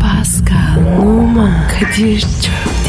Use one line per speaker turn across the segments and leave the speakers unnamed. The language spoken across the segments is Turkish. Pascal, Oman, Kadir çok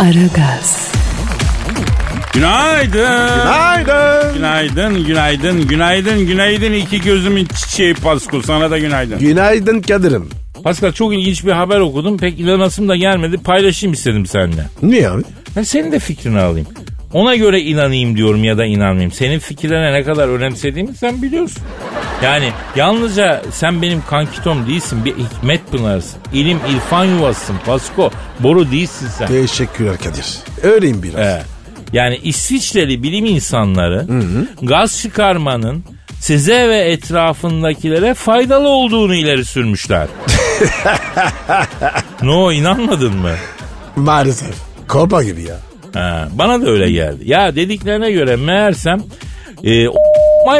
Aragaz,
Günaydın.
Haydi.
Günaydın, günaydın, günaydın, günaydın. İki gözümün çiçeği Pasko sana da günaydın.
Günaydın Kadir'im.
Pascal çok ilginç bir haber okudum. Pek inanasım da gelmedi. Paylaşayım istedim seninle.
Niye abi?
Ben senin de fikrini alayım. Ona göre inanayım diyorum ya da inanmayayım. Senin fikirlerine ne kadar önemsediğimi sen biliyorsun. Yani yalnızca sen benim kankitom değilsin. Bir hikmet pınarısın. İlim irfan yuvasısın Pasko. Boru değilsin sen.
Teşekkürler Kadir. Öyleyim biraz.
Ee, yani İsviçreli bilim insanları gaz çıkarmanın size ve etrafındakilere faydalı olduğunu ileri sürmüşler. no inanmadın mı?
Maalesef. Kolpa gibi ya.
Ha, bana da öyle geldi. Ya dediklerine göre meğersem e,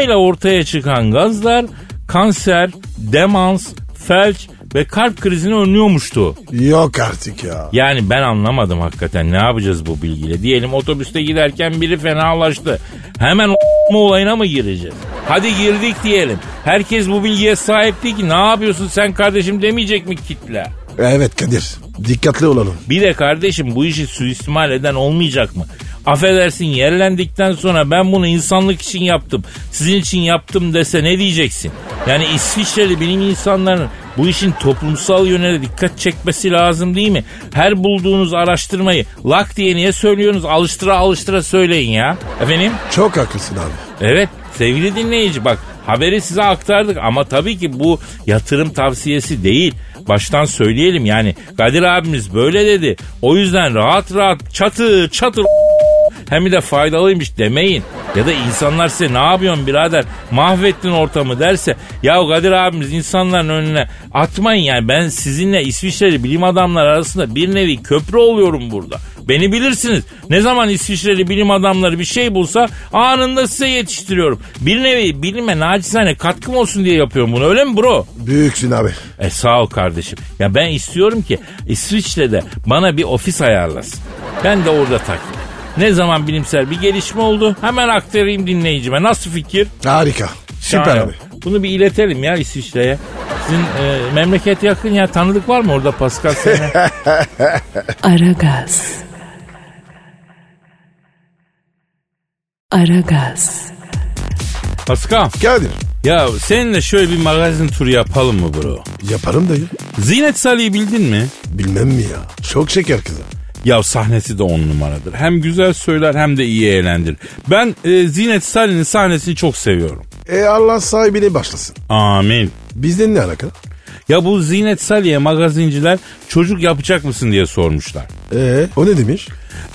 ile ortaya çıkan gazlar kanser, demans, felç ve kalp krizini önlüyormuştu.
Yok artık ya.
Yani ben anlamadım hakikaten ne yapacağız bu bilgiyle. Diyelim otobüste giderken biri fenalaştı. Hemen o olayına mı gireceğiz? Hadi girdik diyelim. Herkes bu bilgiye sahip değil ki ne yapıyorsun sen kardeşim demeyecek mi kitle?
Evet Kadir. Dikkatli olalım.
Bir de kardeşim bu işi suistimal eden olmayacak mı? Affedersin yerlendikten sonra ben bunu insanlık için yaptım, sizin için yaptım dese ne diyeceksin? Yani İsviçreli bilim insanlarının bu işin toplumsal yönüne dikkat çekmesi lazım değil mi? Her bulduğunuz araştırmayı lak diye niye söylüyorsunuz? Alıştıra alıştıra söyleyin ya. Efendim?
Çok haklısın abi.
Evet sevgili dinleyici bak haberi size aktardık ama tabii ki bu yatırım tavsiyesi değil. Baştan söyleyelim yani Kadir abimiz böyle dedi. O yüzden rahat rahat çatı çatır hem de faydalıymış demeyin. Ya da insanlar size ne yapıyorsun birader mahvettin ortamı derse ya Kadir abimiz insanların önüne atmayın yani ben sizinle İsviçreli bilim adamları arasında bir nevi köprü oluyorum burada. Beni bilirsiniz. Ne zaman İsviçreli bilim adamları bir şey bulsa anında size yetiştiriyorum. Bir nevi bilime nacizane katkım olsun diye yapıyorum bunu öyle mi bro?
Büyüksün abi.
E sağ ol kardeşim. Ya ben istiyorum ki İsviçre'de bana bir ofis ayarlasın. Ben de orada takip. Ne zaman bilimsel bir gelişme oldu hemen aktarayım dinleyicime. Nasıl fikir?
Harika. Süper
Şahane.
abi.
Bunu bir iletelim ya İsviçre'ye. Sizin e, memleket yakın ya tanıdık var mı orada Pascal seni?
Aragaz. Aragaz,
Pascal
Kadir.
ya seninle şöyle bir magazin turu yapalım mı bro?
Yaparım dayı.
Zinet Salih'i bildin mi?
Bilmem mi ya. Çok şeker kızı.
Ya sahnesi de on numaradır. Hem güzel söyler hem de iyi eğlendir. Ben e, Zinet Salih'in sahnesini çok seviyorum.
E Allah sahibine başlasın.
Amin.
Bizden ne alakalı?
Ya bu Zinet Salih'e magazinciler çocuk yapacak mısın diye sormuşlar.
E o ne demiş?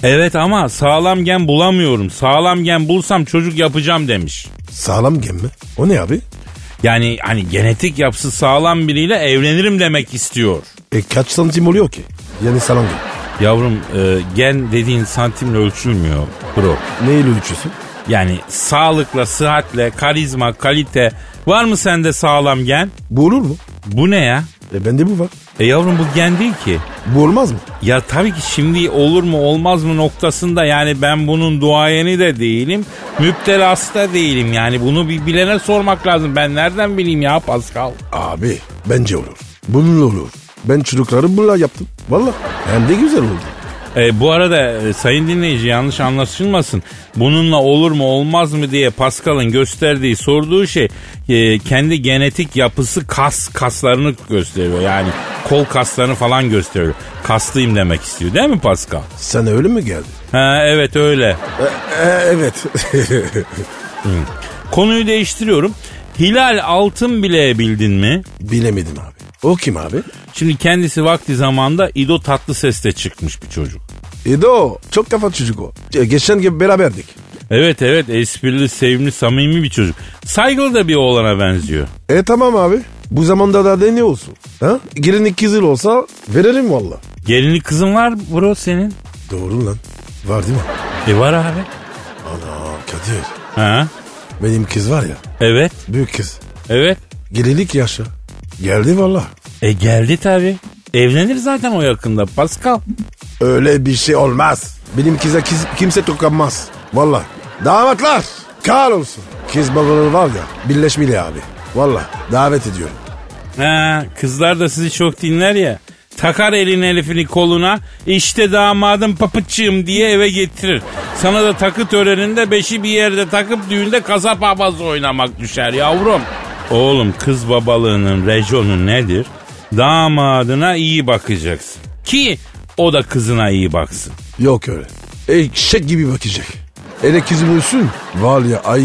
Evet ama sağlam gen bulamıyorum. Sağlam gen bulsam çocuk yapacağım demiş.
Sağlam gem mi? O ne abi?
Yani hani genetik yapısı sağlam biriyle evlenirim demek istiyor.
E kaç santim oluyor ki? Yani sağlam gem.
Yavrum e, gen dediğin santimle ölçülmüyor bro.
Neyle ölçüyorsun?
Yani sağlıkla, sıhhatle, karizma, kalite. Var mı sende sağlam gen?
Bu olur mu?
Bu ne ya?
E bende bu var.
E yavrum bu gen değil ki.
Bu olmaz mı?
Ya tabii ki şimdi olur mu olmaz mı noktasında yani ben bunun duayeni de değilim. Müptelası da değilim yani bunu bir bilene sormak lazım. Ben nereden bileyim ya Pascal?
Abi bence olur. Bununla olur. Ben çocukları bununla yaptım. Valla. Hem de güzel oldu.
E, bu arada e, sayın dinleyici yanlış anlaşılmasın. Bununla olur mu olmaz mı diye Pascal'ın gösterdiği sorduğu şey e, kendi genetik yapısı kas kaslarını gösteriyor. Yani kol kaslarını falan gösteriyor. Kaslıyım demek istiyor değil mi Pascal?
Sana öyle mi geldi?
Ha, evet öyle.
E, evet.
Konuyu değiştiriyorum. Hilal Altın bile bildin mi?
Bilemedim abi. O kim abi?
Şimdi kendisi vakti zamanda İdo Tatlıses'te çıkmış bir çocuk.
Edo. Çok kafa çocuk o. E, Geçen gibi beraberdik.
Evet evet esprili, sevimli, samimi bir çocuk. Saygılı da bir oğlana benziyor.
E tamam abi. Bu zamanda da ne olsun? Ha? Gelinlik kızıl olsa verelim valla.
Gelinlik kızın var bro senin.
Doğru lan. Var değil mi?
E var abi.
Ana Kadir.
Ha?
Benim kız var ya.
Evet.
Büyük kız.
Evet.
Gelinlik yaşa. Geldi valla.
E geldi tabi. Evlenir zaten o yakında Pascal.
Öyle bir şey olmaz. Benim kıza kız- kimse dokunmaz. Valla. Damatlar. Kar olsun. Kız babaları var ya. Birleşmeli abi. Valla. Davet ediyorum.
Ha, kızlar da sizi çok dinler ya. Takar elin elifini koluna işte damadım papıçığım diye eve getirir. Sana da takı töreninde beşi bir yerde takıp düğünde kasap babası oynamak düşer yavrum. Oğlum kız babalığının rejonu nedir? Damadına iyi bakacaksın. Ki o da kızına iyi baksın.
Yok öyle. Eşek gibi bakacak. Hele kızım ölsün. Var ya ay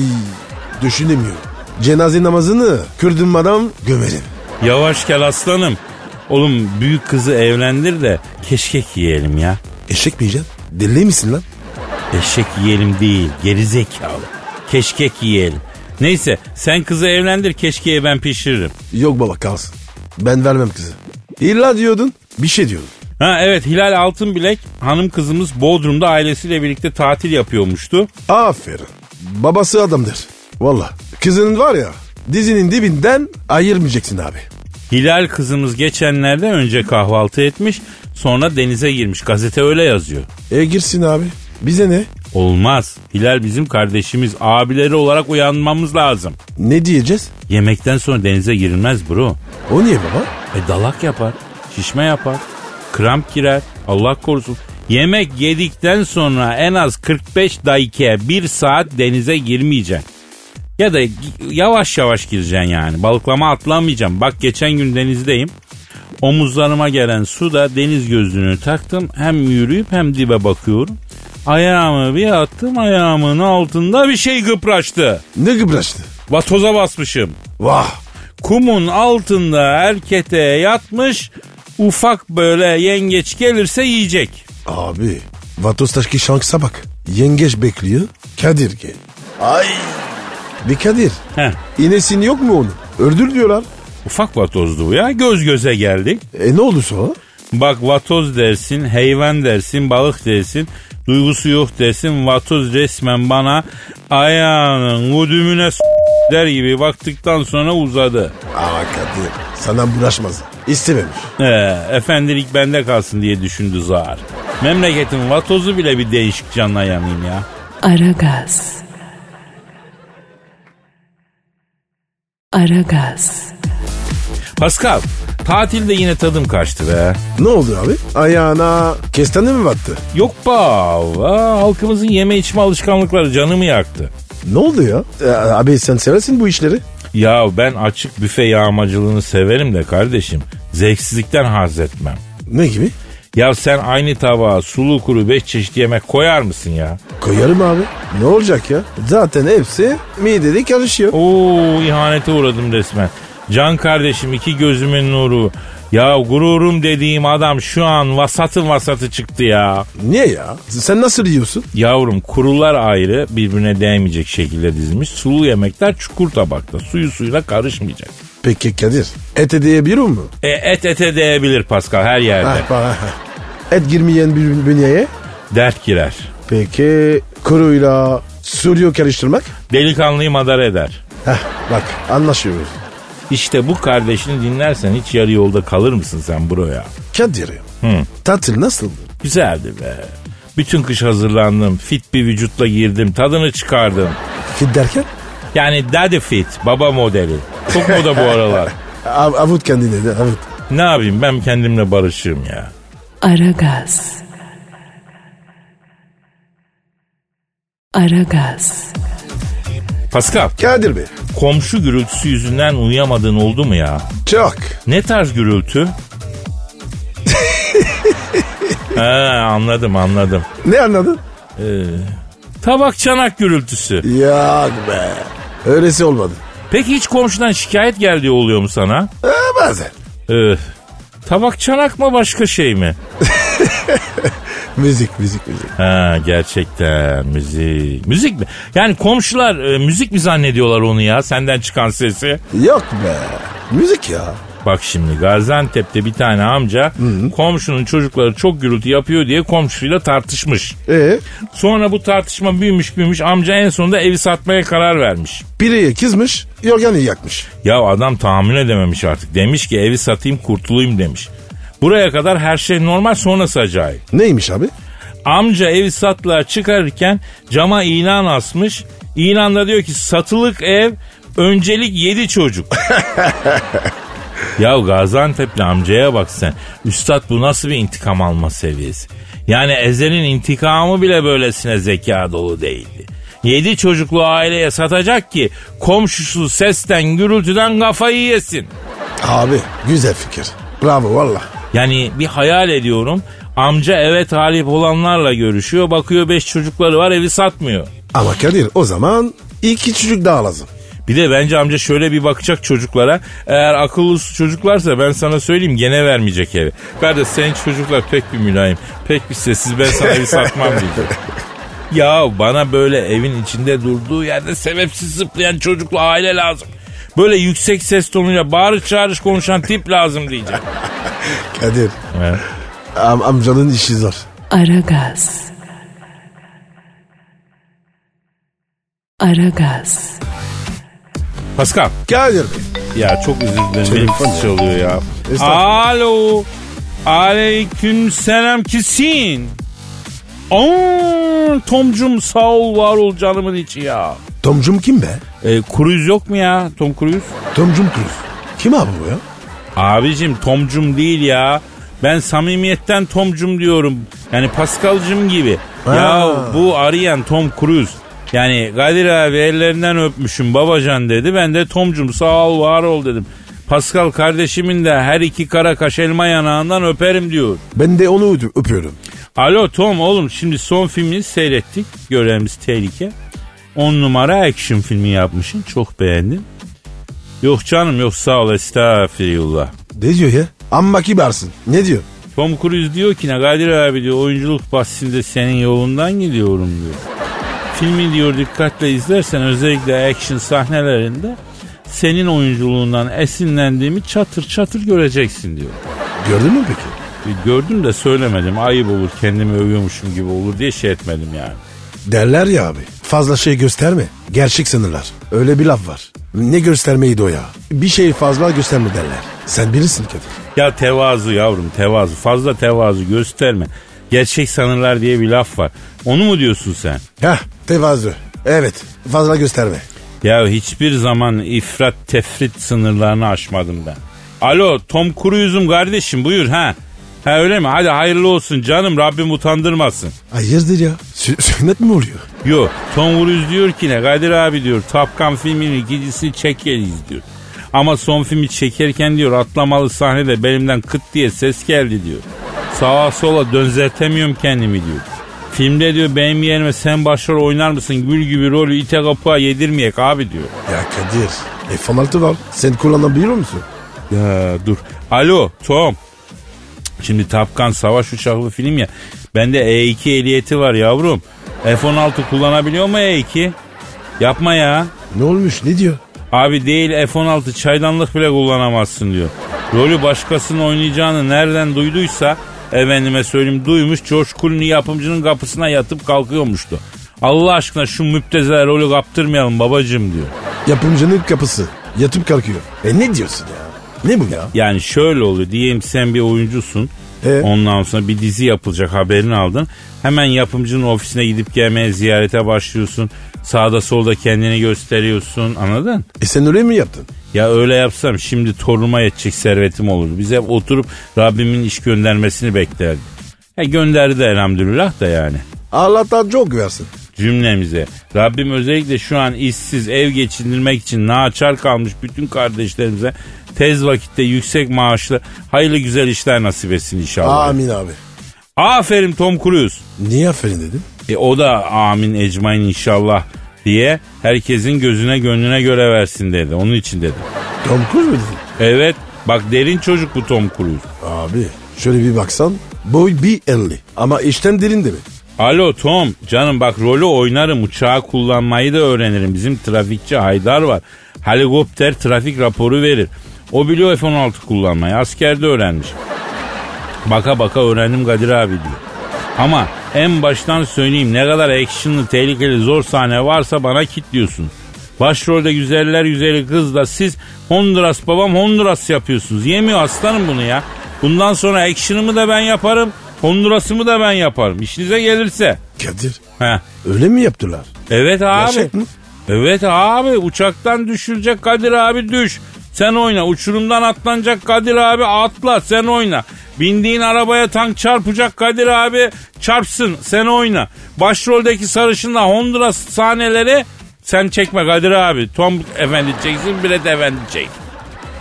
düşünemiyorum. Cenaze namazını Kürdüm adam gömerim.
Yavaş gel aslanım. Oğlum büyük kızı evlendir de keşkek yiyelim ya.
Eşek mi yiyeceksin? Deli misin lan?
Eşek yiyelim değil gerizekalı. Keşkek yiyelim. Neyse sen kızı evlendir keşkeyi ben pişiririm.
Yok baba kalsın. Ben vermem kızı. İlla diyordun. Bir şey diyordun.
Ha evet Hilal Altınbilek hanım kızımız Bodrum'da ailesiyle birlikte tatil yapıyormuştu.
Aferin. Babası adamdır. Valla. Kızının var ya dizinin dibinden ayırmayacaksın abi.
Hilal kızımız geçenlerde önce kahvaltı etmiş sonra denize girmiş gazete öyle yazıyor.
E girsin abi. Bize ne?
Olmaz Hilal bizim kardeşimiz abileri olarak uyanmamız lazım.
Ne diyeceğiz?
Yemekten sonra denize girilmez bro.
O niye baba?
E dalak yapar, şişme yapar, kramp girer, Allah korusun. Yemek yedikten sonra en az 45 dakika bir saat denize girmeyeceksin. Ya da gi- yavaş yavaş gireceksin yani. Balıklama atlamayacağım. Bak geçen gün denizdeyim. Omuzlarıma gelen suda deniz gözlüğünü taktım. Hem yürüyüp hem dibe bakıyorum. Ayağımı bir attım ayağımın altında bir şey gıpraştı.
Ne gıbraştı?
Vatoza basmışım.
Vah.
Kumun altında erkete yatmış ufak böyle yengeç gelirse yiyecek.
Abi. Vatostaki şansa bak. Yengeç bekliyor. Kadir gel. Ay. Bir Kadir.
Heh,
İnesin yok mu onu? Öldür diyorlar.
ufak vatozdu bu ya göz göze geldik.
E ne oldu sonra?
Bak vatoz dersin, heyvan dersin, balık dersin, duygusu yok dersin. Vatoz resmen bana ayağının kudümüne s- der gibi baktıktan sonra uzadı.
Aa Kadir. Sana bulaşmaz. İstememiş.
Ee, efendilik bende kalsın diye düşündü zar. Memleketin vatozu bile bir değişik canla yanayım ya.
Aragaz. Aragaz.
Pascal, tatilde yine tadım kaçtı be.
Ne oldu abi? Ayağına kestane mi battı?
Yok be aa, halkımızın yeme içme alışkanlıkları canımı yaktı.
Ne oldu ya? E, abi sen seversin bu işleri.
Ya ben açık büfe yağmacılığını severim de kardeşim. Zevksizlikten haz etmem.
Ne gibi?
Ya sen aynı tabağa sulu kuru beş çeşit yemek koyar mısın ya?
Koyarım abi. Ne olacak ya? Zaten hepsi midede karışıyor.
Oo ihanete uğradım resmen. Can kardeşim iki gözümün nuru. Ya gururum dediğim adam şu an vasatın vasatı çıktı ya.
Niye ya? Sen nasıl yiyorsun?
Yavrum kurular ayrı birbirine değmeyecek şekilde dizilmiş. Sulu yemekler çukur tabakta. Suyu suyla karışmayacak.
Peki Kadir. Et edebiliyor mu? Ah,
E, et ete değebilir Pascal her yerde.
Ha, ha, ha. ah. Et girmeyen bir bünyeye.
Dert girer.
Peki kuruyla suyu karıştırmak?
Delikanlıyı madar eder.
Heh, bak anlaşıyoruz.
İşte bu kardeşini dinlersen hiç yarı yolda kalır mısın sen buraya?
Kadir.
Hı.
Tatil nasıldı?
Güzeldi be. Bütün kış hazırlandım. Fit bir vücutla girdim. Tadını çıkardım.
Fit derken?
Yani daddy fit. Baba modeli. Çok moda bu aralar.
Av, avut kendini de avut.
Ne yapayım ben kendimle barışığım ya.
Aragaz. Aragaz.
Pascal
Kadir Bey.
komşu gürültüsü yüzünden uyuyamadığın oldu mu ya?
Çok.
Ne tarz gürültü? ha, anladım anladım.
Ne anladın?
Tabak çanak gürültüsü.
Ya be. Öylesi olmadı.
Peki hiç komşudan şikayet geldiği oluyor mu sana?
Ha, bazen.
Ee, tabak çanak mı başka şey mi?
Müzik müzik müzik.
Ha gerçekten müzik. Müzik mi? Yani komşular e, müzik mi zannediyorlar onu ya senden çıkan sesi?
Yok be. Müzik ya.
Bak şimdi Gaziantep'te bir tane amca komşunun çocukları çok gürültü yapıyor diye komşuyla tartışmış.
E
Sonra bu tartışma büyümüş büyümüş amca en sonunda evi satmaya karar vermiş.
Biri kızmış, yorganı yakmış.
Ya adam tahammül edememiş artık. Demiş ki evi satayım kurtulayım demiş. Buraya kadar her şey normal sonrası acayip.
Neymiş abi?
Amca evi satlığa çıkarırken cama ilan asmış. İlanda diyor ki satılık ev öncelik 7 çocuk. ya Gaziantep'li amcaya bak sen. Üstad bu nasıl bir intikam alma seviyesi? Yani Ezel'in intikamı bile böylesine zeka dolu değildi. Yedi çocuklu aileye satacak ki komşusu sesten gürültüden kafayı yesin.
Abi güzel fikir. Bravo valla.
Yani bir hayal ediyorum. Amca eve talip olanlarla görüşüyor. Bakıyor beş çocukları var evi satmıyor.
Ama Kadir o zaman iki çocuk daha lazım.
Bir de bence amca şöyle bir bakacak çocuklara. Eğer akıllı çocuklarsa ben sana söyleyeyim gene vermeyecek evi. Kardeş senin çocuklar pek bir mülayim. Pek bir sessiz ben sana evi satmam diyecek. Ya bana böyle evin içinde durduğu yerde sebepsiz zıplayan çocuklu aile lazım. Böyle yüksek ses tonuyla bağırış çağırış konuşan tip lazım diyecek.
Kadir
Evet.
am- amcanın işi zor.
Aragaz. Aragaz.
Pascal.
Kadir Bey.
Ya çok özür dilerim. Benim
Telefon
kız çalıyor ya.
Estağfurullah.
Alo. Aleyküm selam kisin. Aa, Tomcum sağ ol var ol canımın içi ya.
Tomcum kim be?
E, Cruise yok mu ya Tom Cruise?
Tomcum Cruz. Kim abi bu ya?
Abicim Tomcum değil ya. Ben samimiyetten Tomcum diyorum. Yani Pascal'cım gibi. Ya
Ha.
bu arayan Tom Cruise. Yani Kadir abi ellerinden öpmüşüm babacan dedi. Ben de Tomcum sağ ol var ol dedim. Pascal kardeşimin de her iki kara kaş elma yanağından öperim diyor.
Ben de onu öp- öpüyorum.
Alo Tom oğlum şimdi son filmini seyrettik. Görevimiz tehlike. 10 numara action filmi yapmışsın. Çok beğendim. Yok canım yok sağ ol estağfirullah.
Ne diyor ya? Amma kibarsın. Ne diyor?
Tom Cruise diyor ki ne Kadir abi diyor oyunculuk bahsinde senin yolundan gidiyorum diyor. Filmi diyor dikkatle izlersen özellikle action sahnelerinde senin oyunculuğundan esinlendiğimi çatır çatır göreceksin diyor.
Gördün mü peki?
E, Gördüm de söylemedim ayıp olur kendimi övüyormuşum gibi olur diye şey etmedim yani.
Derler ya abi. Fazla şey gösterme. Gerçek sanırlar. Öyle bir laf var. Ne göstermeydi o ya? Bir şey fazla gösterme derler. Sen bilirsin Kadir.
Ya tevazu yavrum tevazu fazla tevazu gösterme. Gerçek sanırlar diye bir laf var. Onu mu diyorsun sen?
Heh tevazu. Evet fazla gösterme.
Ya hiçbir zaman ifrat tefrit sınırlarını aşmadım ben. Alo Tom Cruise'um kardeşim buyur ha. Ha öyle mi? Hadi hayırlı olsun canım Rabbim utandırmasın.
Hayırdır ya? Sü- sünnet mi oluyor?
Yo Tom Cruise diyor ki ne Kadir abi diyor Top Gun filminin ikincisini çekeriz diyor. Ama son filmi çekerken diyor atlamalı sahnede belimden kıt diye ses geldi diyor. Sağa sola dönzeltemiyorum kendimi diyor. Filmde diyor benim yerime sen başrol oynar mısın gül gibi rolü ite kapığa yedirmeyek abi diyor.
Ya Kadir. F-16 var. Sen kullanabiliyor musun?
Ya dur. Alo Tom. Cık, Şimdi Tapkan savaş uçaklı film ya. Bende E2 ehliyeti var yavrum. F-16 kullanabiliyor mu E2? Yapma ya.
Ne olmuş? Ne diyor?
Abi değil F-16 çaydanlık bile kullanamazsın diyor. Rolü başkasının oynayacağını nereden duyduysa efendime söyleyeyim duymuş George Clooney yapımcının kapısına yatıp kalkıyormuştu. Allah aşkına şu müptezel rolü kaptırmayalım babacım diyor.
Yapımcının kapısı. Yatıp kalkıyor. E ne diyorsun ya? Ne bu ya?
Yani şöyle oluyor diyelim sen bir oyuncusun.
E?
Ondan sonra bir dizi yapılacak haberini aldın. Hemen yapımcının ofisine gidip gelmeye ziyarete başlıyorsun. Sağda solda kendini gösteriyorsun anladın?
E sen öyle mi yaptın?
Ya öyle yapsam şimdi torunuma yetecek servetim olurdu. Biz hep oturup Rabbimin iş göndermesini beklerdik. Ya gönderdi de elhamdülillah da yani
Allah'tan çok versin.
cümlemize. Rabbim özellikle şu an işsiz ev geçindirmek için naçar kalmış bütün kardeşlerimize tez vakitte yüksek maaşlı hayırlı güzel işler nasip etsin inşallah.
Amin abi.
Aferin Tom Cruise.
Niye aferin dedin?
E, o da amin ecmain inşallah diye herkesin gözüne gönlüne göre versin dedi. Onun için dedi.
Tom Cruise mu dedin?
Evet bak derin çocuk bu Tom Cruise.
Abi şöyle bir baksan boy bir 50 ama işten derin de mi?
Alo Tom canım bak rolü oynarım uçağı kullanmayı da öğrenirim. Bizim trafikçi Haydar var. Helikopter trafik raporu verir. O biliyor F-16 kullanmayı. Askerde öğrenmiş. Baka baka öğrendim Kadir abi diyor. Ama en baştan söyleyeyim ne kadar actionlı, tehlikeli, zor sahne varsa bana kitliyorsun. Başrolde güzeller güzeli kızla siz Honduras babam Honduras yapıyorsunuz. Yemiyor aslanım bunu ya. Bundan sonra action'ımı da ben yaparım, Honduras'ımı da ben yaparım. İşinize gelirse.
Kadir
Heh.
öyle mi yaptılar?
Evet abi.
Gerçek mi?
Evet abi uçaktan düşürecek Kadir abi düş. Sen oyna. Uçurumdan atlanacak Kadir abi atla sen oyna. Bindiğin arabaya tank çarpacak Kadir abi çarpsın sen oyna. Başroldeki sarışınla Honduras sahneleri sen çekme Kadir abi. Tom Efendi çeksin Brett Efendi çek.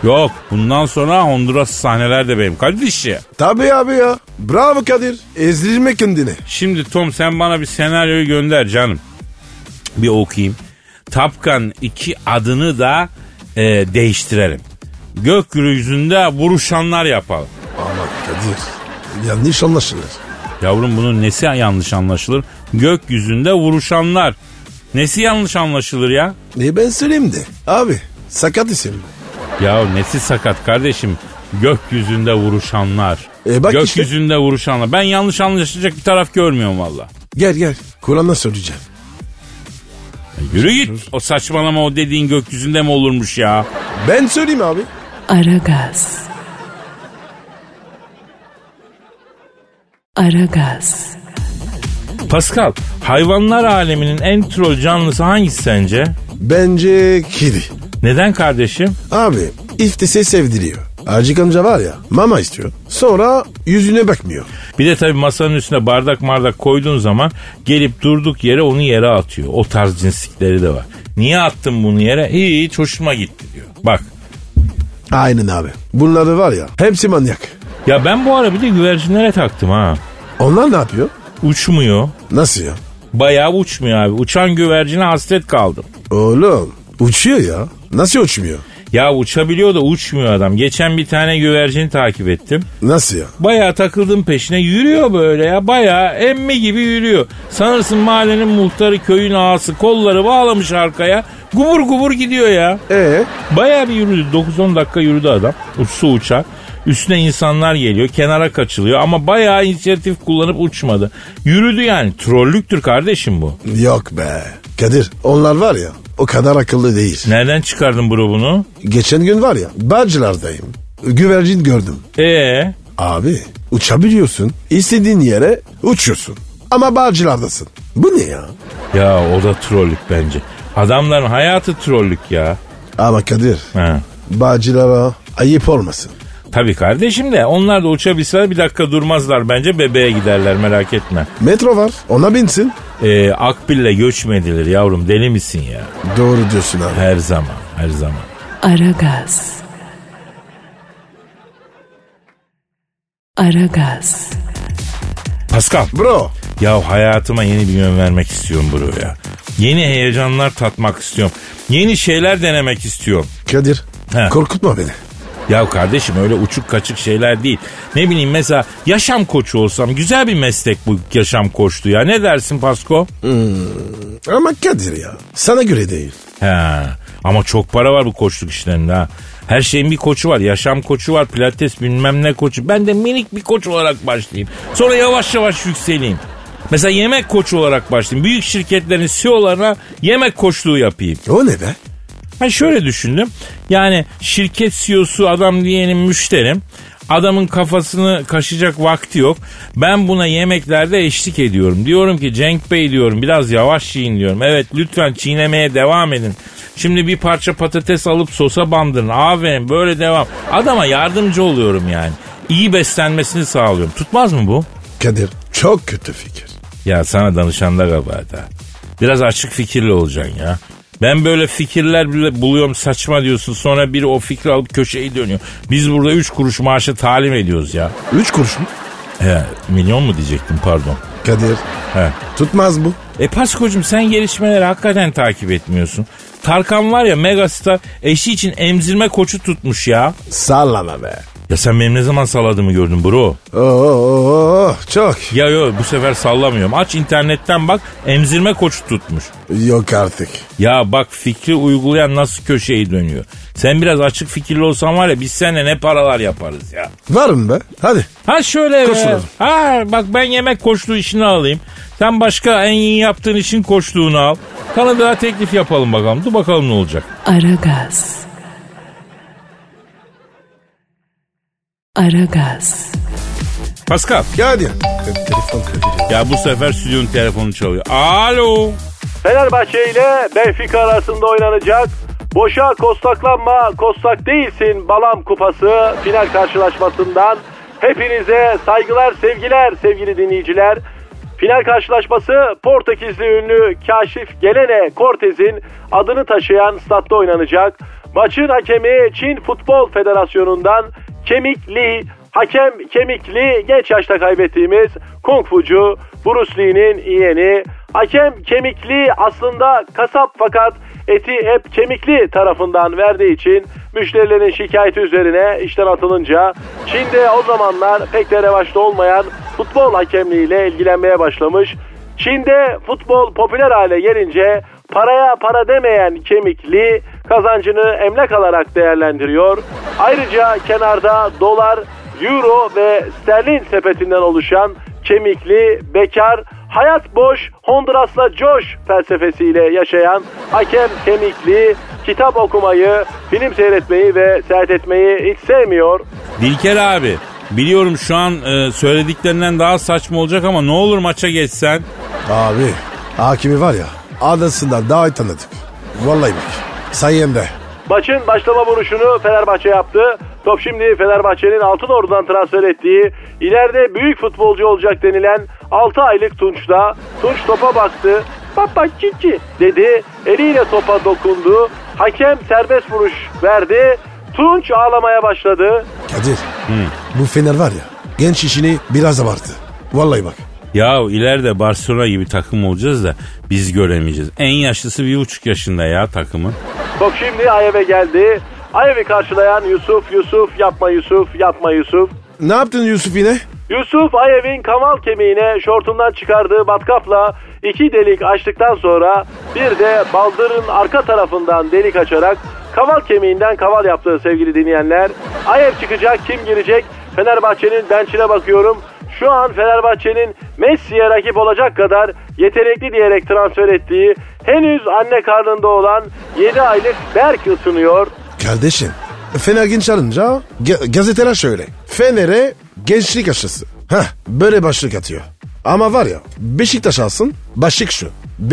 Yok bundan sonra Honduras sahneler de benim kardeşim.
Tabii abi ya. Bravo Kadir. Ezdirme kendini.
Şimdi Tom sen bana bir senaryoyu gönder canım. Bir okuyayım. Tapkan 2 adını da e, değiştirelim. Gökyüzünde vuruşanlar yapalım.
Ama Kadir yanlış anlaşılır.
Yavrum bunun nesi yanlış anlaşılır? Gökyüzünde vuruşanlar. Nesi yanlış anlaşılır ya?
E ben söyleyeyim de. Abi sakat isim.
Ya nesi sakat kardeşim? Gökyüzünde vuruşanlar.
E bak işte.
Gökyüzünde vuruşanlar. Ben yanlış anlaşılacak bir taraf görmüyorum valla.
Gel gel. Kur'an'da söyleyeceğim.
Yürü git. O saçmalama o dediğin gökyüzünde mi olurmuş ya?
Ben söyleyeyim abi.
Aragaz. Aragaz.
Pascal, hayvanlar aleminin en troll canlısı hangisi sence?
Bence kedi.
Neden kardeşim?
Abi iftise sevdiriyor. Acık amca var ya mama istiyor. Sonra yüzüne bakmıyor.
Bir de tabii masanın üstüne bardak mardak koyduğun zaman gelip durduk yere onu yere atıyor. O tarz cinslikleri de var. Niye attın bunu yere? Hiç hoşuma gitti diyor. Bak
Aynen abi. Bunları var ya hepsi manyak.
ya ben bu ara bir de güvercinlere taktım ha.
Onlar ne yapıyor?
Uçmuyor.
Nasıl ya?
Bayağı uçmuyor abi. Uçan güvercine hasret kaldım.
Oğlum uçuyor ya. Nasıl uçmuyor?
Ya uçabiliyor da uçmuyor adam. Geçen bir tane güvercini takip ettim.
Nasıl ya?
Bayağı takıldım peşine yürüyor böyle ya bayağı emmi gibi yürüyor. Sanırsın mahallenin muhtarı köyün ağası kolları bağlamış arkaya gubur gubur gidiyor ya.
Ee?
Bayağı bir yürüdü 9-10 dakika yürüdü adam uçsa uçar. Üstüne insanlar geliyor kenara kaçılıyor ama bayağı inisiyatif kullanıp uçmadı. Yürüdü yani trollüktür kardeşim bu.
Yok be. Kadir onlar var ya o kadar akıllı değil.
Nereden çıkardın bro bunu?
Geçen gün var ya Bağcılar'dayım. Güvercin gördüm.
Ee
Abi uçabiliyorsun. istediğin yere uçuyorsun. Ama Bağcılar'dasın. Bu ne ya?
ya o da trollük bence. Adamların hayatı trollük ya.
Ama Kadir
Ha.
Bağcılar'a ayıp olmasın.
Tabii kardeşim de onlar da uçabilseler bir dakika durmazlar bence bebeğe giderler merak etme.
Metro var ona binsin.
Ee, akbille göç mü edilir yavrum deli misin ya?
Doğru diyorsun abi.
Her zaman her zaman.
Aragaz. Aragaz.
Pascal
Bro
ya hayatıma yeni bir yön vermek istiyorum bro ya. Yeni heyecanlar tatmak istiyorum. Yeni şeyler denemek istiyorum.
Kadir
He.
korkutma beni.
Ya kardeşim öyle uçuk kaçık şeyler değil. Ne bileyim mesela yaşam koçu olsam güzel bir meslek bu yaşam koçluğu ya. Ne dersin Pasko?
Ama Kadir ya sana göre değil.
He. Ama çok para var bu koçluk işlerinde ha. Her şeyin bir koçu var. Yaşam koçu var. Pilates bilmem ne koçu. Ben de minik bir koç olarak başlayayım. Sonra yavaş yavaş yükseleyim. Mesela yemek koçu olarak başlayayım. Büyük şirketlerin CEO'larına yemek koçluğu yapayım.
O ne be?
Ben şöyle düşündüm. Yani şirket CEO'su adam diyenin müşterim. Adamın kafasını kaşıyacak vakti yok. Ben buna yemeklerde eşlik ediyorum. Diyorum ki Cenk Bey diyorum biraz yavaş yiyin diyorum. Evet lütfen çiğnemeye devam edin. Şimdi bir parça patates alıp sosa bandırın. Aferin böyle devam. Adama yardımcı oluyorum yani. İyi beslenmesini sağlıyorum. Tutmaz mı bu?
Kadir çok kötü fikir.
Ya sana danışanda kabahat ha. Biraz açık fikirli olacaksın ya. Ben böyle fikirler bile buluyorum saçma diyorsun. Sonra biri o fikri alıp köşeyi dönüyor. Biz burada 3 kuruş maaşı talim ediyoruz ya.
Üç kurşun.
He, milyon mu diyecektim pardon.
Kadir
He.
tutmaz bu.
E Paskocuğum sen gelişmeleri hakikaten takip etmiyorsun. Tarkan var ya megastar eşi için emzirme koçu tutmuş ya.
Sallama be. Oh,
Ya sen benim ne zaman salladığımı gördün bro?
Oo, oo, oo, oh, çok.
Ya yo bu sefer sallamıyorum. Aç internetten bak emzirme koçu tutmuş.
Yok artık.
Ya bak fikri uygulayan nasıl köşeyi dönüyor. Sen biraz açık fikirli olsan var ya biz seninle ne paralar yaparız ya.
Var mı be? Hadi.
Ha şöyle be.
Koşulalım.
Ha bak ben yemek koçluğu işini alayım. Sen başka en iyi yaptığın işin koçluğunu al. Kanada'ya teklif yapalım bakalım. Dur bakalım ne olacak.
Aragaz. Aragaz.
Pascal
Hadi. Telefon kırıyor.
ya bu sefer stüdyonun telefonu çalıyor. Alo.
Fenerbahçe ile Benfica arasında oynanacak Boşa kostaklanma, kostak değilsin balam kupası final karşılaşmasından hepinize saygılar, sevgiler sevgili dinleyiciler. Final karşılaşması Portekizli ünlü Kaşif Gelene Cortez'in adını taşıyan statta oynanacak. Maçın hakemi Çin Futbol Federasyonu'ndan Kemik Lee Hakem kemikli genç yaşta kaybettiğimiz Kung Fucu Bruce Lee'nin yeğeni. Hakem kemikli aslında kasap fakat eti hep kemikli tarafından verdiği için müşterilerin şikayeti üzerine işten atılınca Çin'de o zamanlar pek de revaçta olmayan futbol hakemliğiyle ilgilenmeye başlamış. Çin'de futbol popüler hale gelince paraya para demeyen kemikli kazancını emlak alarak değerlendiriyor. Ayrıca kenarda dolar, euro ve sterlin sepetinden oluşan kemikli, bekar, hayat boş, Honduras'la coş felsefesiyle yaşayan hakem kemikli, kitap okumayı, film seyretmeyi ve seyahat etmeyi hiç sevmiyor.
Dilker abi biliyorum şu an e, söylediklerinden daha saçma olacak ama ne olur maça geçsen.
Abi. Hakimi var ya. Adasından daha iyi tanıdık. Vallahi bak. Sayemde.
Maçın başlama vuruşunu Fenerbahçe yaptı. Top şimdi Fenerbahçe'nin Altın Ordu'dan transfer ettiği, ileride büyük futbolcu olacak denilen 6 aylık Tunç'ta. Tunç topa baktı. Baba cici dedi. Eliyle topa dokundu. Hakem serbest vuruş verdi. Tunç ağlamaya başladı.
Kadir. Bu Fener var ya. Genç işini biraz abarttı. Vallahi bak.
Ya ileride Barcelona gibi takım olacağız da biz göremeyeceğiz. En yaşlısı bir buçuk yaşında ya takımın.
Top şimdi Ayev'e geldi. Ayev'i karşılayan Yusuf, Yusuf yapma Yusuf, yapma Yusuf.
Ne yaptın Yusuf yine?
Yusuf Ayev'in kaval kemiğine şortundan çıkardığı matkapla iki delik açtıktan sonra bir de baldırın arka tarafından delik açarak kaval kemiğinden kaval yaptığı sevgili dinleyenler. Ayev çıkacak kim girecek? Fenerbahçe'nin bençine bakıyorum. Şu an Fenerbahçe'nin Messi'ye rakip olacak kadar yetenekli diyerek transfer ettiği henüz anne karnında olan 7 aylık Berk ısınıyor.
Kardeşim. Fener genç alınca ge- gazeteler şöyle. Fener'e gençlik aşısı. Heh, böyle başlık atıyor. Ama var ya Beşiktaş alsın başlık şu.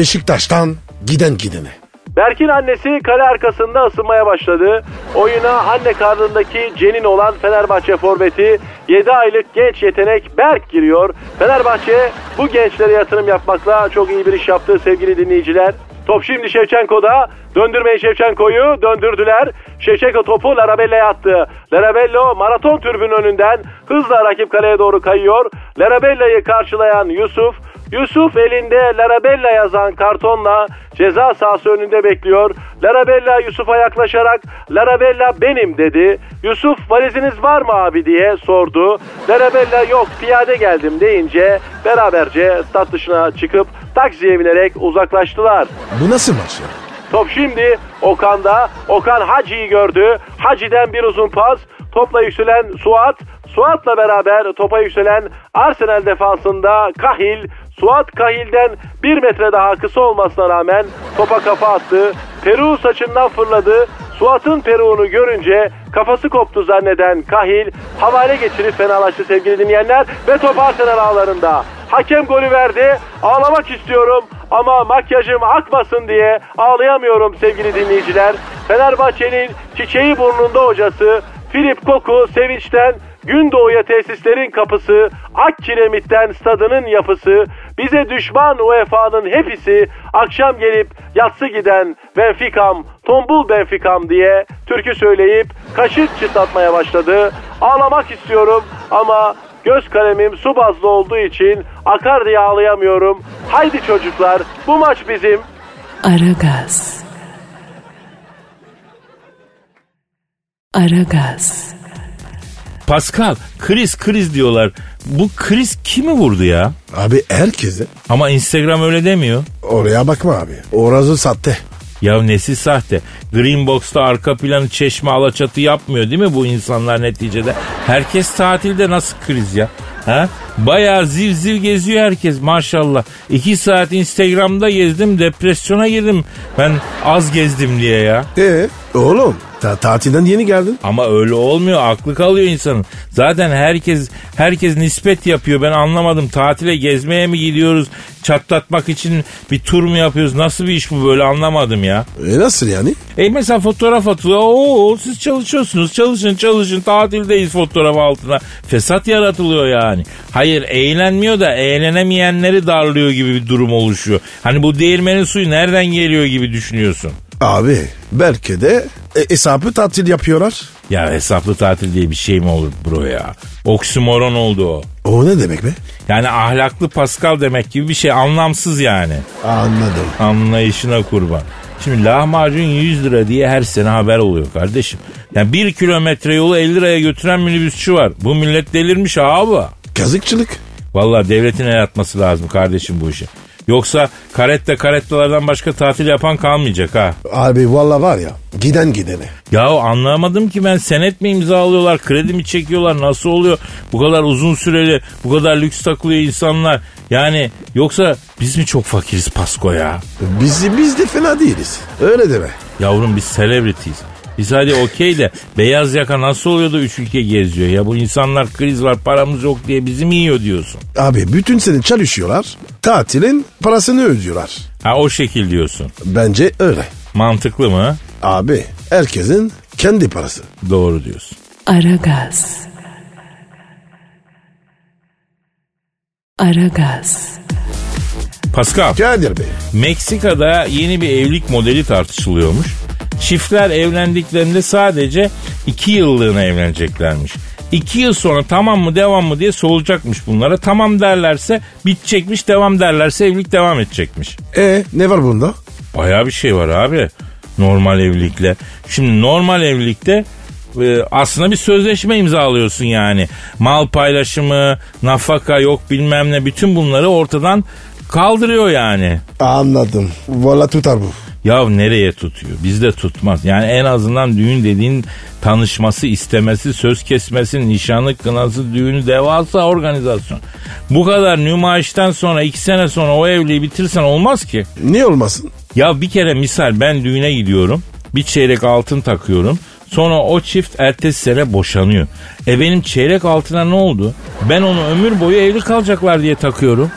Beşiktaş'tan giden gidene.
Berk'in annesi kale arkasında ısınmaya başladı. Oyuna anne karnındaki cenin olan Fenerbahçe forveti 7 aylık genç yetenek Berk giriyor. Fenerbahçe bu gençlere yatırım yapmakla çok iyi bir iş yaptı sevgili dinleyiciler. Top şimdi Şevçenko'da. Döndürmeyi Şevçenko'yu döndürdüler. Şevçenko topu Larabella'ya attı. Larabello maraton türbünün önünden hızla rakip kaleye doğru kayıyor. Larabella'yı karşılayan Yusuf Yusuf elinde Larabella yazan kartonla ceza sahası önünde bekliyor. Larabella Yusuf'a yaklaşarak Larabella benim dedi. Yusuf valiziniz var mı abi diye sordu. Larabella yok piyade geldim deyince beraberce stat dışına çıkıp taksiye binerek uzaklaştılar.
Bu nasıl maç ya?
Top şimdi Okan'da. Okan Hacı'yı gördü. Hacı'den bir uzun pas. Topla yükselen Suat. Suat'la beraber topa yükselen Arsenal defansında Kahil. Suat Kahil'den bir metre daha kısa olmasına rağmen topa kafa attı. Peru saçından fırladı. Suat'ın Peru'nu görünce kafası koptu zanneden Kahil havale geçirip fenalaştı sevgili dinleyenler ve top Arsenal ağlarında. Hakem golü verdi. Ağlamak istiyorum ama makyajım akmasın diye ağlayamıyorum sevgili dinleyiciler. Fenerbahçe'nin çiçeği burnunda hocası Filip Koku sevinçten Gündoğu'ya tesislerin kapısı, Ak Kiremit'ten stadının yapısı, bize düşman UEFA'nın hepsi, akşam gelip yatsı giden Benficam, tombul Benficam diye türkü söyleyip kaşık çıtlatmaya başladı. Ağlamak istiyorum ama Göz kalemim su bazlı olduğu için akar diye ağlayamıyorum. Haydi çocuklar bu maç bizim.
Aragaz. Aragaz.
Pascal kriz kriz diyorlar. Bu kriz kimi vurdu ya?
Abi herkese.
Ama Instagram öyle demiyor.
Oraya bakma abi. Orası sahte.
Ya nesi sahte? Green Box'ta arka planı çeşme alaçatı yapmıyor değil mi bu insanlar neticede? Herkes tatilde nasıl kriz ya? Ha? Bayağı ziv ziv geziyor herkes maşallah. İki saat Instagram'da gezdim depresyona girdim. Ben az gezdim diye ya.
Ee oğlum ta- tatilden yeni geldin.
Ama öyle olmuyor. Aklı kalıyor insanın. Zaten herkes herkes nispet yapıyor. Ben anlamadım. Tatile gezmeye mi gidiyoruz? Çatlatmak için bir tur mu yapıyoruz? Nasıl bir iş bu böyle anlamadım ya.
E nasıl yani?
E mesela fotoğraf atılıyor. Oo siz çalışıyorsunuz. Çalışın çalışın. Tatildeyiz fotoğraf altına. Fesat yaratılıyor yani. Hayır eğlenmiyor da eğlenemeyenleri darlıyor gibi bir durum oluşuyor. Hani bu değirmenin suyu nereden geliyor gibi düşünüyorsun.
Abi belki de e, hesabı tatil yapıyorlar.
Ya hesaplı tatil diye bir şey mi olur bro ya? Oksimoron oldu o.
O ne demek be?
Yani ahlaklı Pascal demek gibi bir şey anlamsız yani.
Anladım.
Anlayışına kurban. Şimdi lahmacun 100 lira diye her sene haber oluyor kardeşim. Yani bir kilometre yolu 50 liraya götüren minibüsçü var. Bu millet delirmiş abi.
Kazıkçılık.
Vallahi devletin el atması lazım kardeşim bu işe. Yoksa karette karettalardan başka tatil yapan kalmayacak ha.
Abi valla var ya giden gidene.
Ya anlamadım ki ben senet mi imzalıyorlar, kredi mi çekiyorlar, nasıl oluyor? Bu kadar uzun süreli, bu kadar lüks takılıyor insanlar. Yani yoksa biz mi çok fakiriz Pasko ya?
Bizi biz de fena değiliz. Öyle deme.
Yavrum biz selebritiyiz. Biz hadi okey de beyaz yaka nasıl oluyor da üç ülke geziyor ya? Bu insanlar kriz var paramız yok diye bizi mi yiyor diyorsun?
Abi bütün sene çalışıyorlar. Tatilin parasını ödüyorlar.
Ha o şekil diyorsun.
Bence öyle.
Mantıklı mı?
Abi herkesin kendi parası.
Doğru diyorsun.
Aragaz. Aragaz.
Pascal.
Kadir Bey.
Meksika'da yeni bir evlilik modeli tartışılıyormuş. Çiftler evlendiklerinde sadece iki yıllığına evleneceklermiş. İki yıl sonra tamam mı devam mı diye sorulacakmış bunlara. Tamam derlerse bitecekmiş, devam derlerse evlilik devam edecekmiş.
E ne var bunda?
Baya bir şey var abi normal evlilikle. Şimdi normal evlilikte e, aslında bir sözleşme imzalıyorsun yani. Mal paylaşımı, nafaka yok bilmem ne bütün bunları ortadan kaldırıyor yani.
Anladım. Valla tutar bu.
Ya nereye tutuyor? Bizde tutmaz. Yani en azından düğün dediğin tanışması, istemesi, söz kesmesi, nişanı, kınası, düğünü devasa organizasyon. Bu kadar nümayişten sonra iki sene sonra o evliliği bitirsen olmaz ki.
Niye olmasın?
Ya bir kere misal ben düğüne gidiyorum. Bir çeyrek altın takıyorum. Sonra o çift ertesi sene boşanıyor. E benim çeyrek altına ne oldu? Ben onu ömür boyu evli kalacaklar diye takıyorum.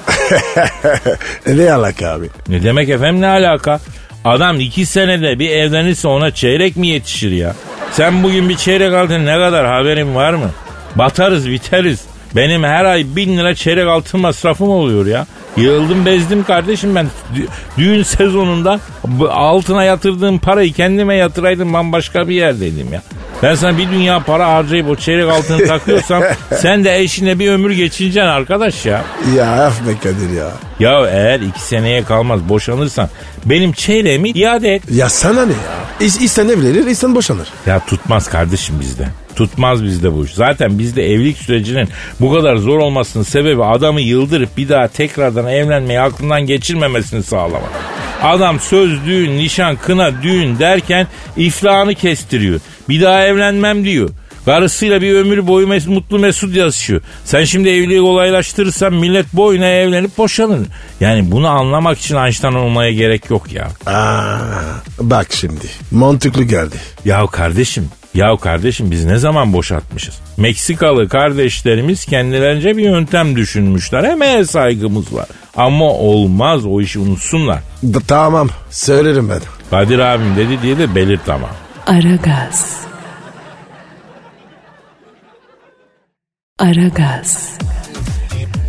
ne alaka abi?
Ne demek efendim ne alaka? Adam iki senede bir evlenirse ona çeyrek mi yetişir ya? Sen bugün bir çeyrek altın ne kadar haberin var mı? Batarız biteriz. Benim her ay bin lira çeyrek altın masrafım oluyor ya. Yıldım bezdim kardeşim ben. Dü- Düğün sezonunda bu altına yatırdığım parayı kendime yatıraydım bambaşka bir yerdeydim ya. Ben sana bir dünya para harcayıp o çeyrek altını takıyorsam sen de eşine bir ömür geçireceksin arkadaş ya.
Ya af be Kadir ya.
Ya eğer iki seneye kalmaz boşanırsan benim çeyreğimi iade et.
Ya sana ne ya? İs, isten evlenir, isten boşanır.
Ya tutmaz kardeşim bizde. Tutmaz bizde bu iş. Zaten bizde evlilik sürecinin bu kadar zor olmasının sebebi adamı yıldırıp bir daha tekrardan evlenmeyi aklından geçirmemesini sağlamak. Adam söz, düğün, nişan, kına, düğün derken iflahını kestiriyor. Bir daha evlenmem diyor. Karısıyla bir ömür boyu mes- mutlu mesut yaşıyor. Sen şimdi evliliği kolaylaştırırsan millet boyuna evlenip boşanır. Yani bunu anlamak için Einstein olmaya gerek yok ya.
Aa, bak şimdi. Mantıklı geldi.
Ya kardeşim, ya kardeşim biz ne zaman boşaltmışız? Meksikalı kardeşlerimiz kendilerince bir yöntem düşünmüşler. Emeğe saygımız var. Ama olmaz o işi unutsunlar.
Da, tamam, söylerim ben.
Kadir abim dedi diye de belirt ama.
Aragaz. Aragaz.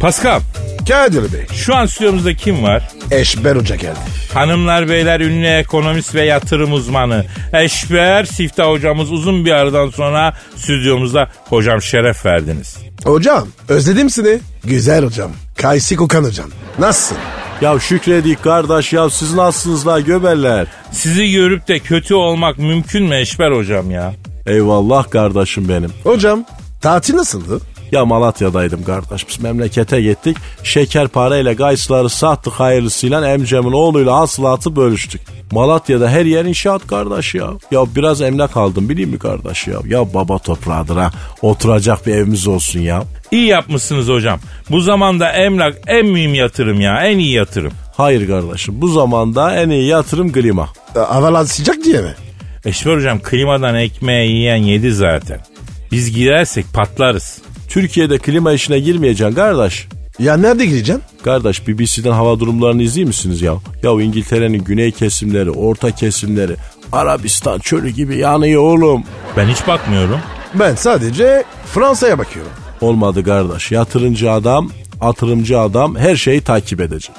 Pascal,
Kadir Bey,
şu an stüdyomuzda kim var?
Eşber Hoca geldi.
Hanımlar beyler ünlü ekonomist ve yatırım uzmanı Eşber Siftah hocamız uzun bir aradan sonra stüdyomuzda hocam şeref verdiniz.
Hocam, özledim seni. Güzel hocam. Kaysi kokan hocam. Nasılsın?
Ya şükredik kardeş ya siz nasılsınız la göberler?
Sizi görüp de kötü olmak mümkün mü Eşber hocam ya?
Eyvallah kardeşim benim.
Hocam, Tatil nasıldı?
Ya Malatya'daydım kardeş. Biz memlekete gittik. Şeker parayla gaysları sattık hayırlısıyla emcemin oğluyla hasılatı bölüştük. Malatya'da her yer inşaat kardeş ya. Ya biraz emlak aldım bileyim mi kardeş ya? Ya baba toprağıdır ha. Oturacak bir evimiz olsun ya.
İyi yapmışsınız hocam. Bu zamanda emlak en mühim yatırım ya. En iyi yatırım.
Hayır kardeşim bu zamanda en iyi yatırım klima.
E, Havalar sıcak diye mi?
Eşber E hocam klimadan ekmeği yiyen yedi zaten. Biz girersek patlarız.
Türkiye'de klima işine girmeyeceksin kardeş.
Ya nerede gireceğim?
Kardeş BBC'den hava durumlarını izliyor misiniz ya? Ya İngiltere'nin güney kesimleri, orta kesimleri, Arabistan çölü gibi yanıyor oğlum.
Ben hiç bakmıyorum.
Ben sadece Fransa'ya bakıyorum.
Olmadı kardeş. Yatırımcı adam, atırımcı adam her şeyi takip edecek.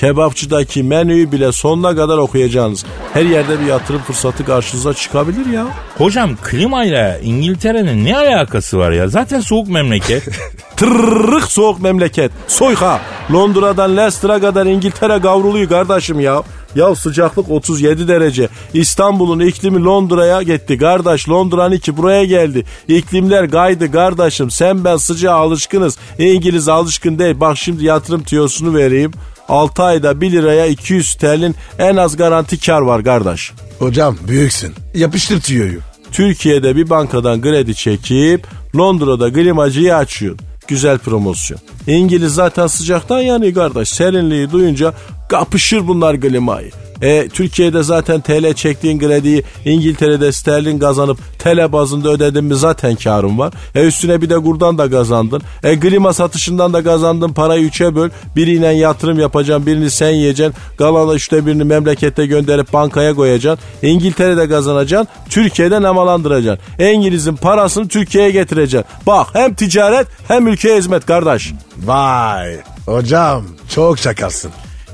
Kebapçıdaki menüyü bile sonuna kadar okuyacaksınız. Her yerde bir yatırım fırsatı karşınıza çıkabilir ya.
Hocam klimayla İngiltere'nin ne alakası var ya? Zaten soğuk memleket.
Tırrık soğuk memleket. Soyka. Londra'dan Leicester'a kadar İngiltere kavruluyor kardeşim ya. Ya sıcaklık 37 derece. İstanbul'un iklimi Londra'ya gitti. Kardeş Londra'nın iki buraya geldi. İklimler kaydı kardeşim. Sen ben sıcağa alışkınız. İngiliz alışkın değil. Bak şimdi yatırım tiyosunu vereyim. 6 ayda 1 liraya 200 TL'in en az garanti kar var kardeş.
Hocam büyüksün. Yapıştır tüyoyu.
Türkiye'de bir bankadan kredi çekip Londra'da klimacıyı açıyor. Güzel promosyon. İngiliz zaten sıcaktan yanıyor kardeş. Serinliği duyunca kapışır bunlar klimayı. E, Türkiye'de zaten TL çektiğin krediyi İngiltere'de sterlin kazanıp TL bazında ödedin mi zaten karın var. E üstüne bir de kurdan da kazandın. E klima satışından da kazandın parayı üçe böl. Biriyle yatırım yapacaksın birini sen yiyeceksin. Galana üçte birini memlekette gönderip bankaya koyacaksın. İngiltere'de kazanacaksın. Türkiye'de nemalandıracaksın. İngiliz'in parasını Türkiye'ye getireceksin. Bak hem ticaret hem ülkeye hizmet kardeş.
Vay. Hocam çok şakarsın.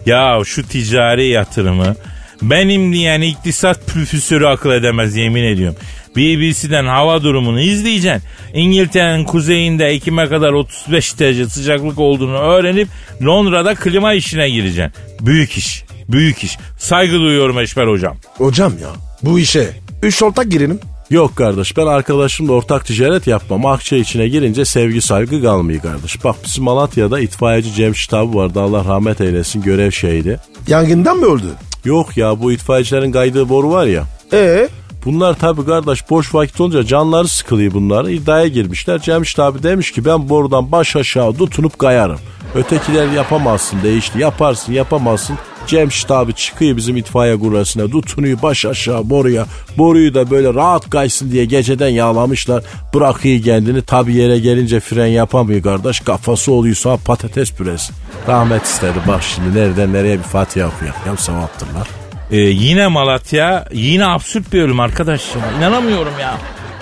ya şu ticari yatırımı benim diyen iktisat profesörü akıl edemez yemin ediyorum. BBC'den hava durumunu izleyeceksin. İngiltere'nin kuzeyinde Ekim'e kadar 35 derece sıcaklık olduğunu öğrenip Londra'da klima işine gireceksin. Büyük iş, büyük iş. Saygı duyuyorum Eşber hocam.
Hocam ya bu işe 3 ortak girelim.
Yok kardeş ben arkadaşımla ortak ticaret yapmam. Akçe içine girince sevgi saygı kalmıyor kardeş. Bak bizim Malatya'da itfaiyeci Cemşit abi vardı Allah rahmet eylesin görev şeydi.
Yangından mı öldü?
Yok ya bu itfaiyecilerin kaydığı boru var ya.
E
Bunlar tabii kardeş boş vakit olunca canları sıkılıyor bunlara. İddiaya girmişler. Cemşit abi demiş ki ben borudan baş aşağı tutunup kayarım. Ötekiler yapamazsın değişti. Yaparsın yapamazsın. Cemşit abi çıkıyor bizim itfaiye kurasına tutunuyor baş aşağı boruya. Boruyu da böyle rahat kaysın diye geceden yağlamışlar. Bırakıyor kendini tabi yere gelince fren yapamıyor kardeş. Kafası oluyor sonra patates püresi. Rahmet istedi bak şimdi nereden nereye bir Fatiha okuyak. Ya sevaptır lan.
Ee, yine Malatya, yine absürt bir ölüm arkadaş ya. İnanamıyorum ya.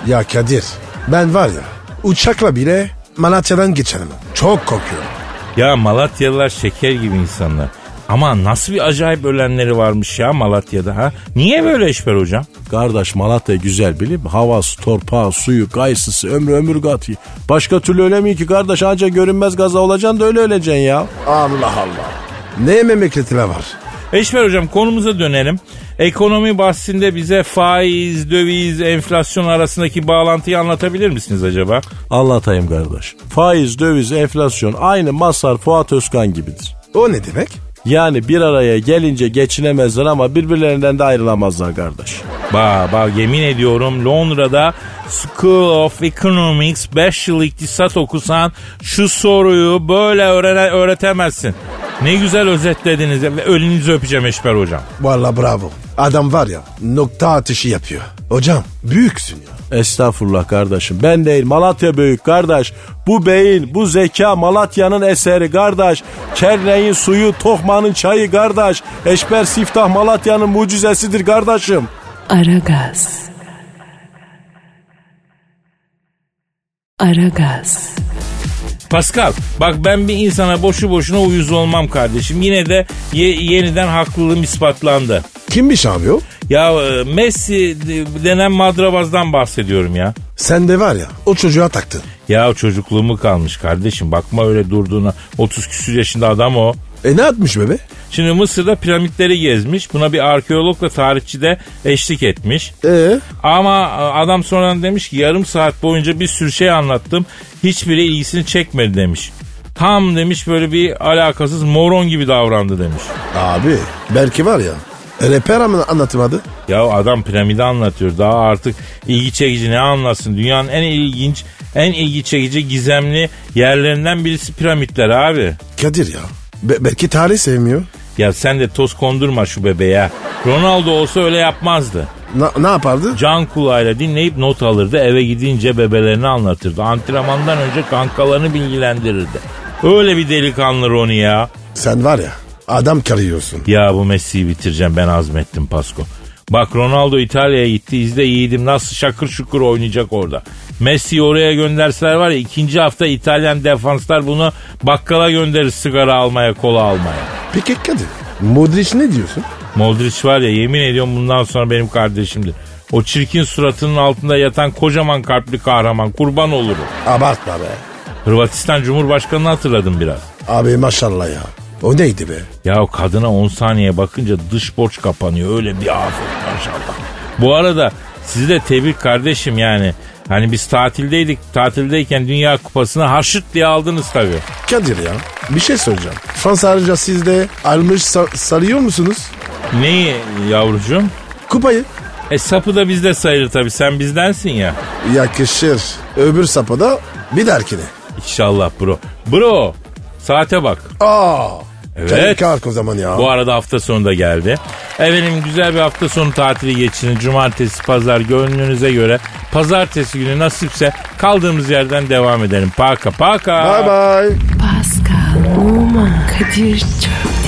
ya Kadir ben var ya uçakla bile Malatya'dan geçerim. Çok korkuyorum.
Ya Malatyalılar şeker gibi insanlar. Ama nasıl bir acayip ölenleri varmış ya Malatya'da ha? Niye böyle Eşber hocam?
Kardeş Malatya güzel bilip Havası, torpağı, suyu, kayısısı, ömrü ömür katıyor. Başka türlü ölemiyor ki kardeş ancak görünmez gaza olacaksın da öyle öleceksin ya.
Allah Allah. Ne memleketine var?
Eşber hocam konumuza dönelim. Ekonomi bahsinde bize faiz, döviz, enflasyon arasındaki bağlantıyı anlatabilir misiniz acaba?
Anlatayım kardeş. Faiz, döviz, enflasyon aynı Masar, Fuat Özkan gibidir.
O ne demek?
Yani bir araya gelince geçinemezler ama birbirlerinden de ayrılamazlar kardeş.
Ba, ba yemin ediyorum Londra'da School of Economics 5 yıl iktisat okusan şu soruyu böyle öğrene, öğretemezsin. Ne güzel özetlediniz ve elinizi öpeceğim Eşber hocam.
Valla bravo. Adam var ya nokta atışı yapıyor. Hocam büyüksün ya.
Estağfurullah kardeşim. Ben değil Malatya büyük kardeş. Bu beyin, bu zeka Malatya'nın eseri kardeş. Kerneğin suyu, Tokman'ın çayı kardeş. Eşber Siftah Malatya'nın mucizesidir kardeşim.
Aragaz. Aragaz.
Pascal bak ben bir insana boşu boşuna uyuz olmam kardeşim. Yine de ye- yeniden haklılığım ispatlandı.
Kimmiş abi o?
Ya e, Messi de- denen madrabazdan bahsediyorum ya.
Sen de var ya o çocuğa taktın.
Ya çocukluğumu kalmış kardeşim bakma öyle durduğuna. 30 küsür yaşında adam o.
E ne atmış bebe?
Şimdi Mısır'da piramitleri gezmiş. Buna bir arkeologla tarihçi de eşlik etmiş.
Ee?
Ama e, adam sonradan demiş ki yarım saat boyunca bir sürü şey anlattım. Hiçbiri ilgisini çekmedi demiş. Tam demiş böyle bir alakasız moron gibi davrandı demiş.
Abi belki var ya. Reper ama anlatmadı.
Ya adam piramidi anlatıyor. Daha artık ilgi çekici ne anlatsın? Dünyanın en ilginç, en ilgi çekici gizemli yerlerinden birisi piramitler abi.
Kadir ya. be- belki tarih sevmiyor.
Ya sen de toz kondurma şu bebeğe. Ronaldo olsa öyle yapmazdı.
Na- ne yapardı?
Can kulağıyla dinleyip not alırdı. Eve gidince bebelerini anlatırdı. Antrenmandan önce kankalarını bilgilendirirdi. Öyle bir delikanlı Roni ya.
Sen var ya adam karıyorsun.
Ya bu Messi'yi bitireceğim ben azmettim Pasko. Bak Ronaldo İtalya'ya gitti izle yiğidim nasıl şakır şukur oynayacak orada. Messi'yi oraya gönderseler var ya ikinci hafta İtalyan defanslar bunu bakkala gönderir sigara almaya kola almaya.
Peki Kadir. Modric ne diyorsun?
Modric var ya yemin ediyorum bundan sonra benim kardeşimdir. O çirkin suratının altında yatan kocaman kalpli kahraman kurban olurum.
Abartma be.
Hırvatistan Cumhurbaşkanı'nı hatırladım biraz.
Abi maşallah ya. O neydi be?
Ya o kadına 10 saniye bakınca dış borç kapanıyor. Öyle bir afet maşallah. Bu arada sizi de tebrik kardeşim yani. Hani biz tatildeydik. Tatildeyken Dünya Kupası'nı haşırt diye aldınız tabii.
Kadir ya bir şey soracağım. Fransa ayrıca siz de almış sa- sarıyor musunuz?
Neyi yavrucuğum?
Kupayı.
E sapı da bizde sayılır tabii. Sen bizdensin ya.
Yakışır. Öbür sapada bir derkine.
İnşallah bro. Bro saate bak.
Aa.
Evet.
Kadir kalk o zaman ya.
Bu arada hafta sonu da geldi. Efendim güzel bir hafta sonu tatili geçirin. Cumartesi, pazar gönlünüze göre. Pazartesi günü nasipse kaldığımız yerden devam edelim. Paka paka.
Bye bye.
Pascal, Oman, Kadir çok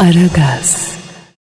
Aragaz.